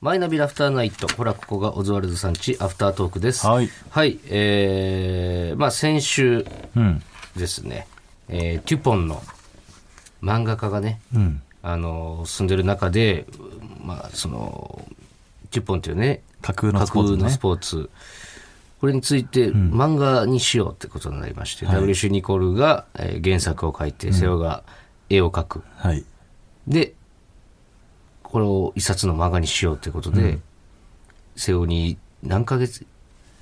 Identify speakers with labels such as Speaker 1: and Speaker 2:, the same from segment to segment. Speaker 1: マイナビラフターナイト。ほら、ここがオズワルドさんち、アフタートークです。
Speaker 2: はい
Speaker 1: えー、まあ先週
Speaker 2: うん。
Speaker 1: ですね、えー、テュポンの漫画家がね、
Speaker 2: うん。
Speaker 1: あの、住んでる中で、まあその、テュポンっていうね、
Speaker 2: 架空の
Speaker 1: 架
Speaker 2: スポー
Speaker 1: 空
Speaker 2: ツ
Speaker 1: の
Speaker 2: ね
Speaker 1: ス。ポーツ。これについて漫画にしようってことになりまして、WC ニコルが、えー原作を書いて、瀬尾が絵を描く。
Speaker 2: はい。
Speaker 1: で、これを一冊の漫画にしようということで、瀬尾に何ヶ月、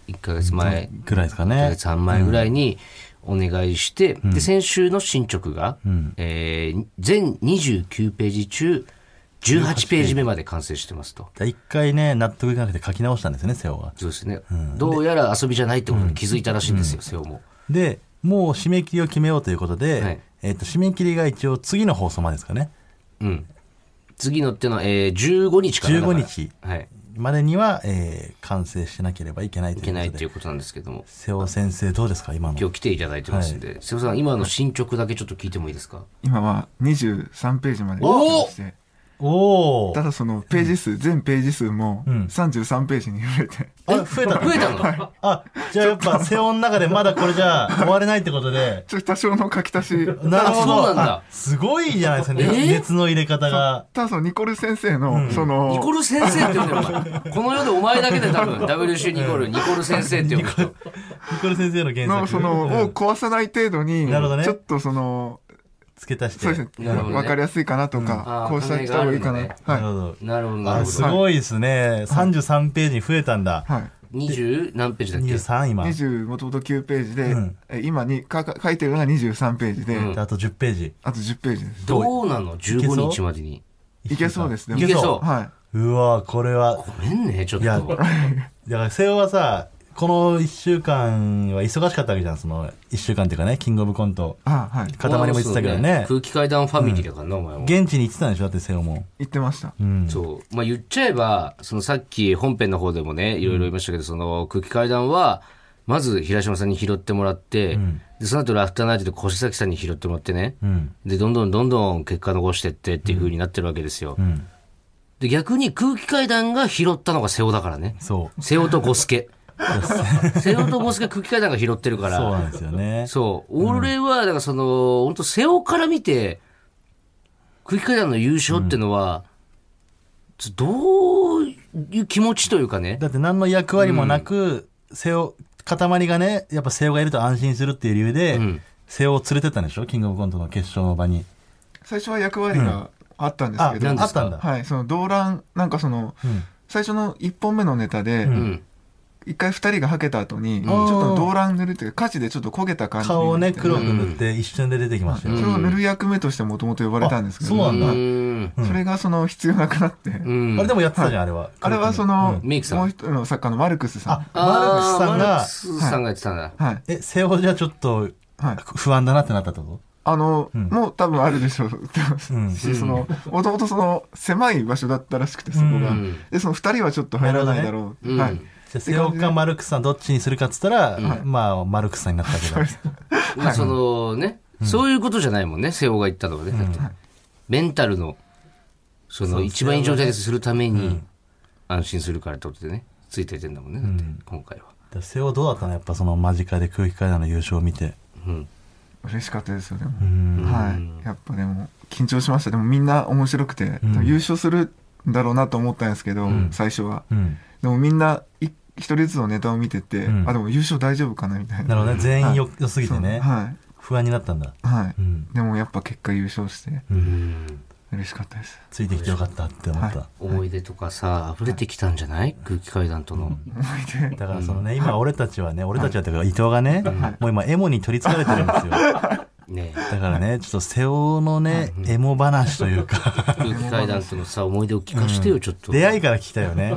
Speaker 1: 1ヶ月前、
Speaker 2: ぐらいですか
Speaker 1: 1ヶ
Speaker 2: ね。
Speaker 1: 月半前ぐらいにお願いして、で、先週の進捗が、えー全29ページ中、18ページ目まで完成してますと。
Speaker 2: だ一回ね、納得いかなくて書き直したんですよね、瀬尾が。
Speaker 1: そうですね。どうやら遊びじゃないってことに気づいたらしいんですよ、瀬尾も。
Speaker 2: で、もう締め切りを決めようということで、
Speaker 1: はい
Speaker 2: えっ、と、締め切りが一応次の放送までですかね。
Speaker 1: うん。次のってのは、えー、15日からだから。
Speaker 2: 15日
Speaker 1: はい。
Speaker 2: までには、えー完成しなければいけないと
Speaker 1: い
Speaker 2: いう
Speaker 1: け
Speaker 2: こ
Speaker 1: ない
Speaker 2: と
Speaker 1: ってい
Speaker 2: で。
Speaker 1: うことなんですけども。
Speaker 2: 瀬尾先生、どうですか、今の。
Speaker 1: 今日来ていただいてますんで、瀬尾さん、今の進捗だけちょっと聞いてもいいです か
Speaker 3: 今は23ページまで来
Speaker 1: お
Speaker 3: て
Speaker 1: ー
Speaker 3: まして
Speaker 2: おお
Speaker 3: ただそのページ数全ページ数も
Speaker 2: ん
Speaker 3: 33ページに増えて
Speaker 2: あれ、増えた
Speaker 1: 増えた
Speaker 2: の
Speaker 1: の
Speaker 2: あ、じゃあやっぱ瀬尾の中でまだこれじゃあ終われないってことで。
Speaker 3: ちょっと多少の書き足し
Speaker 2: なるほど。
Speaker 1: そうなんだ
Speaker 2: あすごいじゃないですか、ね
Speaker 1: えー
Speaker 2: 熱の入れ方が。
Speaker 3: ただそのニコル先生のそ
Speaker 1: ニコ
Speaker 3: の
Speaker 1: ル先生って呼んでるお前この世でお前だけで多分 WC ニコルニコル先生って呼ぶ人
Speaker 2: ニコル先生の原
Speaker 3: の
Speaker 2: 作
Speaker 3: その
Speaker 2: う
Speaker 3: を
Speaker 2: ん
Speaker 3: 壊さない程度に
Speaker 2: なるほどね
Speaker 3: ちょっとその
Speaker 2: 付け足して。
Speaker 3: そうですね
Speaker 1: なるほどね
Speaker 3: わかりやすいかなとか
Speaker 1: うん
Speaker 3: こうしたした方がいいか
Speaker 1: あ
Speaker 3: な
Speaker 1: ー考え
Speaker 2: なる
Speaker 3: は
Speaker 2: ほど。
Speaker 1: なるほどなる
Speaker 2: あ、
Speaker 1: ほ
Speaker 2: す
Speaker 1: ど
Speaker 2: ごいですね。33ページに増えたんだ
Speaker 3: い。はい
Speaker 1: 二十何ページだっけ
Speaker 2: 23今。で
Speaker 3: 20もともと9ページで、
Speaker 2: うん
Speaker 3: え今にかか書いてるのが23ページで、
Speaker 1: うん
Speaker 2: あと10ページ。
Speaker 3: あと10ページです
Speaker 1: どうなの15日までに
Speaker 3: いけそうですね
Speaker 1: いけそう
Speaker 3: は
Speaker 2: うわこれは
Speaker 1: ご。めんねちょっ
Speaker 2: いや
Speaker 1: と
Speaker 2: だから、瀬尾はさ、この1週間は忙しかったわけじゃん。その1週間っていうかね、キングオブコント。
Speaker 3: いあはい
Speaker 2: 塊も言ってたけどね。
Speaker 1: 空気階段ファミリーだからなお前も
Speaker 2: 現地に行ってたんでしょだって、瀬尾も。
Speaker 3: 言ってました
Speaker 2: うん。
Speaker 1: そうまあ言っちゃえばそのさっき本編の方でもねいろいろ言いましたけどその空気階段はまず平島さんに拾ってもらってでその後ラフターナイトで越崎さんに拾ってもらってね
Speaker 2: うん。
Speaker 1: でどんどんどんどん結果残してってっていう風になってるわけですよ、
Speaker 2: うん。
Speaker 1: で逆に空気階段が拾ったのが瀬尾だからね
Speaker 2: そう。
Speaker 1: 瀬尾と五 助瀬尾と五助空気階段が拾ってるから
Speaker 2: そうなんですよね。
Speaker 1: そう俺はだからその本当瀬尾から見て空気階段の優勝ってのは、どういう気持ちというかね
Speaker 2: だって何の役割もなく、瀬尾、塊がね、やっぱ瀬尾がいると安心するっていう理由で、
Speaker 1: ん
Speaker 2: 瀬尾を連れてったんでしょキングオブコントの決勝の場に。
Speaker 3: 最初は役割があったんです
Speaker 2: あ、
Speaker 3: けど、
Speaker 1: 何
Speaker 2: あ
Speaker 1: で
Speaker 2: っ
Speaker 1: すか
Speaker 2: たんだ。
Speaker 3: はい、その動乱なんかその、
Speaker 2: ん
Speaker 3: 最初の1本目のネタで、
Speaker 1: うん
Speaker 3: 一回2人がはけた後に、ちょっと動乱塗るっていうか火事でちょっと焦げた感じに
Speaker 2: 顔をね、
Speaker 3: なって
Speaker 2: 黒く塗って一瞬で出てきましたよ。
Speaker 3: それを塗る役目としてもともと呼ばれたんですけど、
Speaker 2: あそうなんだ
Speaker 1: うん
Speaker 3: それがその必要なくなって、
Speaker 1: うん
Speaker 2: あれでもやってたじゃん、あれは。
Speaker 3: あれはその、
Speaker 1: メイクさん
Speaker 3: もう一人の作家のマルクスさん
Speaker 2: あマルクスさん
Speaker 1: あーマ
Speaker 2: が
Speaker 1: ルクスさんがやってたんだ、
Speaker 3: はい
Speaker 2: え、瀬尾じゃちょっと
Speaker 3: はい
Speaker 2: 不安だなってなったってこ
Speaker 3: あの、
Speaker 2: うん
Speaker 3: もう多分あるでしょうって
Speaker 2: うん
Speaker 3: し そのもともとその狭い場所だったらしくてそこが、
Speaker 1: うん
Speaker 3: でその2人はちょっと入らないだろ
Speaker 1: なるほど
Speaker 3: う、
Speaker 1: ね
Speaker 3: はい、
Speaker 1: うん
Speaker 2: とじゃあ瀬尾かマルクスさんどっちにするかっつったら、
Speaker 3: ん
Speaker 2: まあ、マルクスさんになったけど。
Speaker 1: まあそのね、そういうことじゃないもんね、瀬尾が言ったのはね。だってメンタルの、その一番いい状態でするために、安心するからってことでね、ついててんだもんね、だって今回は。
Speaker 2: で瀬尾どうだったのやっぱその間近で空気階段の優勝を見て。
Speaker 1: うん。
Speaker 3: 嬉しかったですよでも、
Speaker 2: うん。
Speaker 3: はい、やっぱでも緊張しましたでもみんな面白くて、
Speaker 2: うん
Speaker 3: 優勝するんだろうなと思ったんですけど、
Speaker 2: ん
Speaker 3: 最初は
Speaker 2: うん。
Speaker 3: でもみんない一人ずつのネタを見てて、
Speaker 2: うん
Speaker 3: あでも優勝大丈夫かなみたい
Speaker 2: な
Speaker 3: な
Speaker 2: るほどね、全員よ良すぎてね、
Speaker 3: は
Speaker 2: 不安になったんだ。
Speaker 3: い、はい
Speaker 2: うん。
Speaker 3: でもやっぱ結果優勝して
Speaker 1: うん
Speaker 3: 嬉しかったです
Speaker 2: ついてきてよかったって思った。
Speaker 1: 思い出とかさ、溢れてきたんじゃない空気階段との。
Speaker 3: 思い出
Speaker 2: だからそのね、今俺たちはね、俺たちはっていうか伊藤がね、もう今エモに取り憑かれてるんですよ。
Speaker 1: ね
Speaker 2: だからね、ちょっと瀬尾のね、エモ話というか、
Speaker 1: 空気階段とのさ、思い出を聞かしてよ、ちょっと。
Speaker 2: 出会い
Speaker 1: い
Speaker 2: から聞きたいよね。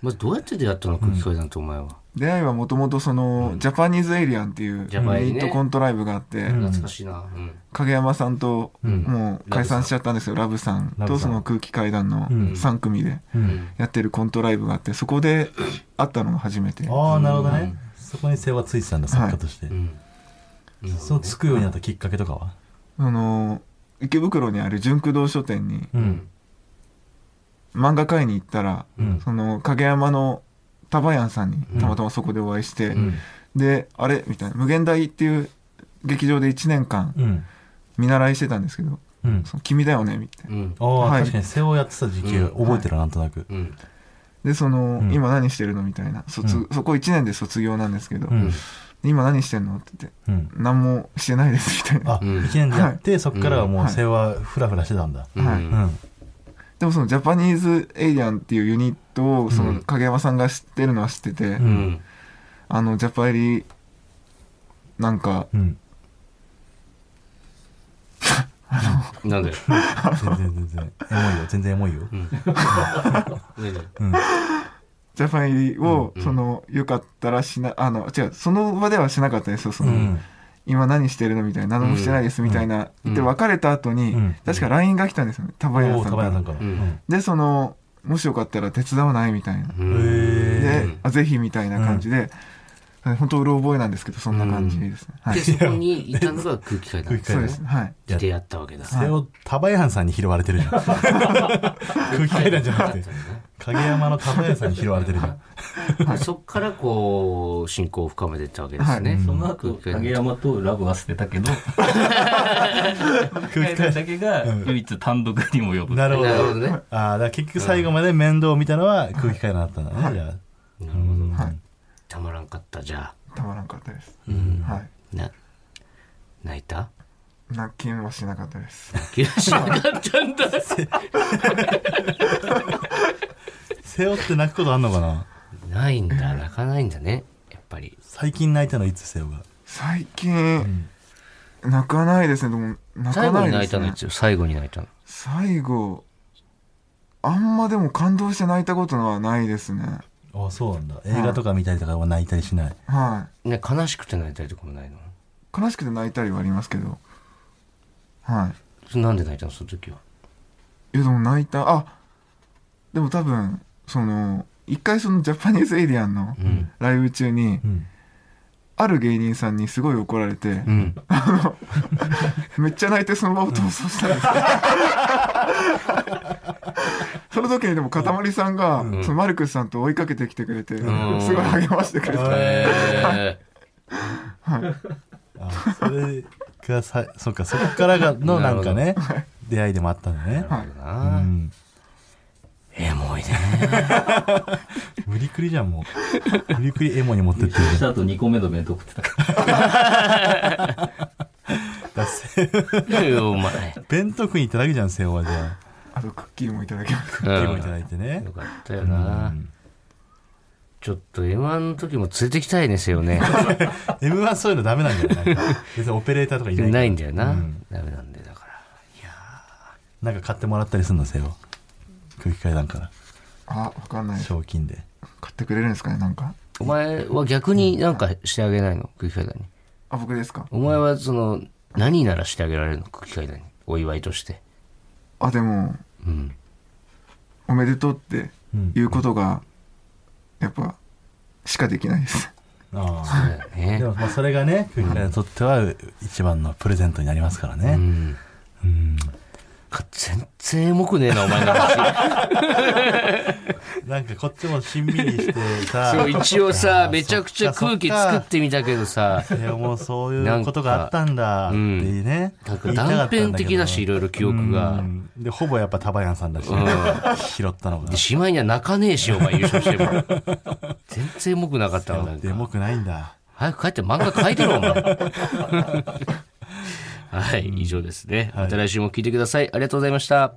Speaker 1: まずどうやって出会ったの空気階段とお前は。
Speaker 3: 出会いはもともとその、ジャパニーズエイリアンっていうユニ
Speaker 1: ジャパエリね
Speaker 3: ットコントライブがあって、
Speaker 1: 懐かしいな。うん
Speaker 3: 影山さんと
Speaker 2: ん
Speaker 3: もう解散しちゃったんですよ、ラブさん
Speaker 2: ラブ
Speaker 3: と
Speaker 2: さん
Speaker 3: その空気階段の
Speaker 2: うん
Speaker 3: 3組で
Speaker 2: うん
Speaker 3: やってるコントライブがあってそこで会ったのが初めて
Speaker 2: ああ、なるほどね。そこに瀬尾はついてたんだ、作家として
Speaker 1: う。ん。
Speaker 2: そのつくようになったきっかけとかは
Speaker 3: あの池袋にある純駆動書店に
Speaker 2: うん。
Speaker 3: 漫画会に行ったら、その影山のタバヤンさんにたまたまそこでお会いして、であれみたいな無限大っていう劇場で1年間
Speaker 2: うん。
Speaker 3: 見習いしてたんですけど
Speaker 2: うん
Speaker 3: 「その君だよね」みたいな。
Speaker 1: うん。
Speaker 2: ああ、
Speaker 3: はい
Speaker 2: 確かに背負やってた時期覚えてる、なんとなく。
Speaker 1: うん。
Speaker 3: でその、
Speaker 2: うん
Speaker 3: 今何してるの?」みたいな卒、
Speaker 2: うん
Speaker 3: そこ1年で卒業なんですけど「
Speaker 2: うん。
Speaker 3: 今何してんの?」って言って
Speaker 2: うん
Speaker 3: 「何もしてないです」みたいな
Speaker 2: あ、
Speaker 1: うん
Speaker 2: 一年でやって、そっからはもう
Speaker 3: はい
Speaker 2: 世話フラフラしてたんだ。
Speaker 1: うん。
Speaker 3: は
Speaker 2: う
Speaker 3: い
Speaker 2: ん。
Speaker 3: でもそのジャパニーズ・エイリアンっていうユニットをそうの
Speaker 1: ん
Speaker 3: 影山さんが知ってるのは知ってて、
Speaker 2: う
Speaker 1: うんん。
Speaker 3: あのジャパエリなんか
Speaker 2: うん。
Speaker 1: なんだよ。
Speaker 2: 全然全然。エモいよ、全然エモいよ。
Speaker 1: ね
Speaker 2: うん。
Speaker 3: ジャパン入りを、
Speaker 1: うんうん
Speaker 3: そのよかったらしなあの違うその場ではしなかったですよそうの、
Speaker 2: ん。
Speaker 3: 今何してるのみたいな何もしてないですみたいな、
Speaker 1: うん
Speaker 3: で別れた後に、
Speaker 2: うん
Speaker 3: 確か LINE が来たんですよねタ
Speaker 2: お
Speaker 3: バヤン
Speaker 2: ー、
Speaker 3: さん
Speaker 2: タ
Speaker 3: か
Speaker 2: バヤ
Speaker 3: ら
Speaker 2: さんから。
Speaker 1: う
Speaker 2: うんん。
Speaker 3: でそのもしよかったら手伝わないみたいな、
Speaker 1: う
Speaker 2: へ
Speaker 1: ん。
Speaker 2: え。
Speaker 3: であぜひみたいな感じで、本当うろ覚えなんですけどそんな感じですね、はい
Speaker 1: で、そこにいたのが空気階段
Speaker 2: 空気
Speaker 3: そ
Speaker 2: 階
Speaker 3: う
Speaker 2: 段
Speaker 3: です。はい
Speaker 1: で出会ったわけだ。
Speaker 2: それをタバヤンさんに拾われてるじゃん。 空気階段じゃなくて、影山のタバヤンさんに拾われてるじゃん。
Speaker 1: そっからこう、親交を深めていったわけですね。
Speaker 4: その
Speaker 1: 空
Speaker 4: 後、
Speaker 1: 気階
Speaker 4: 影
Speaker 1: 段
Speaker 4: 山とラブは捨てたけ ど、空気階段だけが唯一単独にも呼 ぶ。
Speaker 2: なるほど
Speaker 1: なるほどね。なる
Speaker 2: ああ、だから結局最後まで面倒を見たのは空気階段だったんだね、じゃあ。
Speaker 1: ほど。
Speaker 3: はい
Speaker 1: たまらんかった、じゃ
Speaker 3: たまらんかったです、
Speaker 1: ん
Speaker 3: はい
Speaker 1: あ。な、泣いた
Speaker 3: 泣きはしなかったです
Speaker 1: 気がしなかったんだ。
Speaker 2: 背負って泣くことあんのかな
Speaker 1: ないんだ、泣かないんだね。やっぱり。
Speaker 2: 最近泣いたのいつ背負が。
Speaker 3: 最近、泣かないですねでも泣
Speaker 1: 最
Speaker 3: か
Speaker 1: 後
Speaker 3: ない
Speaker 1: に
Speaker 3: ですね
Speaker 1: 泣いたのいつ最後に泣いたの。
Speaker 3: 最後あんまでも感動して泣いたことはないですね
Speaker 2: ああ、そうなんだ。映画とか見たりとかは泣いたりしない。
Speaker 3: は
Speaker 1: ね、悲しくて泣いたりとかもないの
Speaker 3: い悲しくて泣いたりはありますけどは
Speaker 1: それなんで泣いたのその時は。
Speaker 3: いいやでも泣いたあでも多分その一回そのジャパニーズエイリアンの
Speaker 1: うん。
Speaker 3: ライブ中に、
Speaker 2: うん。
Speaker 3: ある芸人さんにすごい怒られて、
Speaker 1: うん。
Speaker 3: めっちゃ泣いてその場を逃走したんです、 その時にでもかたまりさんが、そのマルクスさんと追いかけてきてくれて、
Speaker 1: ん
Speaker 3: すごい励ましてくれた、
Speaker 1: え
Speaker 2: ああ、それがさ、そっか、そっからがのなんかね、出会いでもあったんだね
Speaker 1: ー。。なるほど
Speaker 2: う
Speaker 1: な。
Speaker 2: ん。
Speaker 1: エモいね。
Speaker 2: 無理くりじゃん、もう。無理くりエモに持ってってる
Speaker 4: そ。した後2個目の弁当食ってたから。
Speaker 2: だせ
Speaker 1: お前。
Speaker 2: 弁当食いに行っただけじゃん、背負はじゃ
Speaker 3: あとクッキーもいただきまし
Speaker 2: あ。クッキーもいただいてね
Speaker 1: よ。かったよな。
Speaker 2: うん
Speaker 1: ちょっと M1 の時も連れてきたいね、せ よね。
Speaker 2: M1 そういうのダメなんじゃないなんか別にオペレーターとかいない
Speaker 1: ないんだよな。
Speaker 2: うん
Speaker 1: ダメなんで、だから。
Speaker 2: なんか買ってもらったりすんのせよ空気階段から
Speaker 3: たあわかんないです
Speaker 2: 賞金で
Speaker 3: 買ってくれるんですかねなんか
Speaker 1: お前は逆になんかしてあげないの、空気階段に。
Speaker 3: あ僕ですか
Speaker 1: お前はその、何ならしてあげられるの、空気階段に。お祝いとして。
Speaker 3: あでも
Speaker 1: うん。
Speaker 3: おめでとうっていうことがやっぱしかできないです
Speaker 2: あ
Speaker 1: だよ
Speaker 2: あ
Speaker 1: ね
Speaker 2: で。もまあそれがね空気階段にとっては一番のプレゼントになりますから
Speaker 1: う
Speaker 2: ね
Speaker 1: ん。
Speaker 2: うん
Speaker 1: か全然エモくねえな、お前の 話。
Speaker 2: なんかこっちもしんみりしてさ
Speaker 1: そう、一応さ、めちゃくちゃ
Speaker 2: そ
Speaker 1: 空
Speaker 2: っか
Speaker 1: 気作ってみたけどさ、
Speaker 2: 瀬尾もそういうことがあったんだっていうね
Speaker 1: なんか
Speaker 2: 言いたか
Speaker 1: 断
Speaker 2: ったんだけど
Speaker 1: 片的だし、いろいろ記憶
Speaker 2: う
Speaker 1: が。
Speaker 2: んでほぼやっぱタバヤンさんだし
Speaker 1: ん
Speaker 2: 拾ったのが
Speaker 1: で、しまいには泣かねえし、お前優勝して も。全然エモくなかったわ、なん
Speaker 2: で
Speaker 1: か。
Speaker 2: もくないんだ
Speaker 1: 早く帰って漫画描いてろ、お前。はい、以上ですね。また来週も聞いてください。ありがとうございました。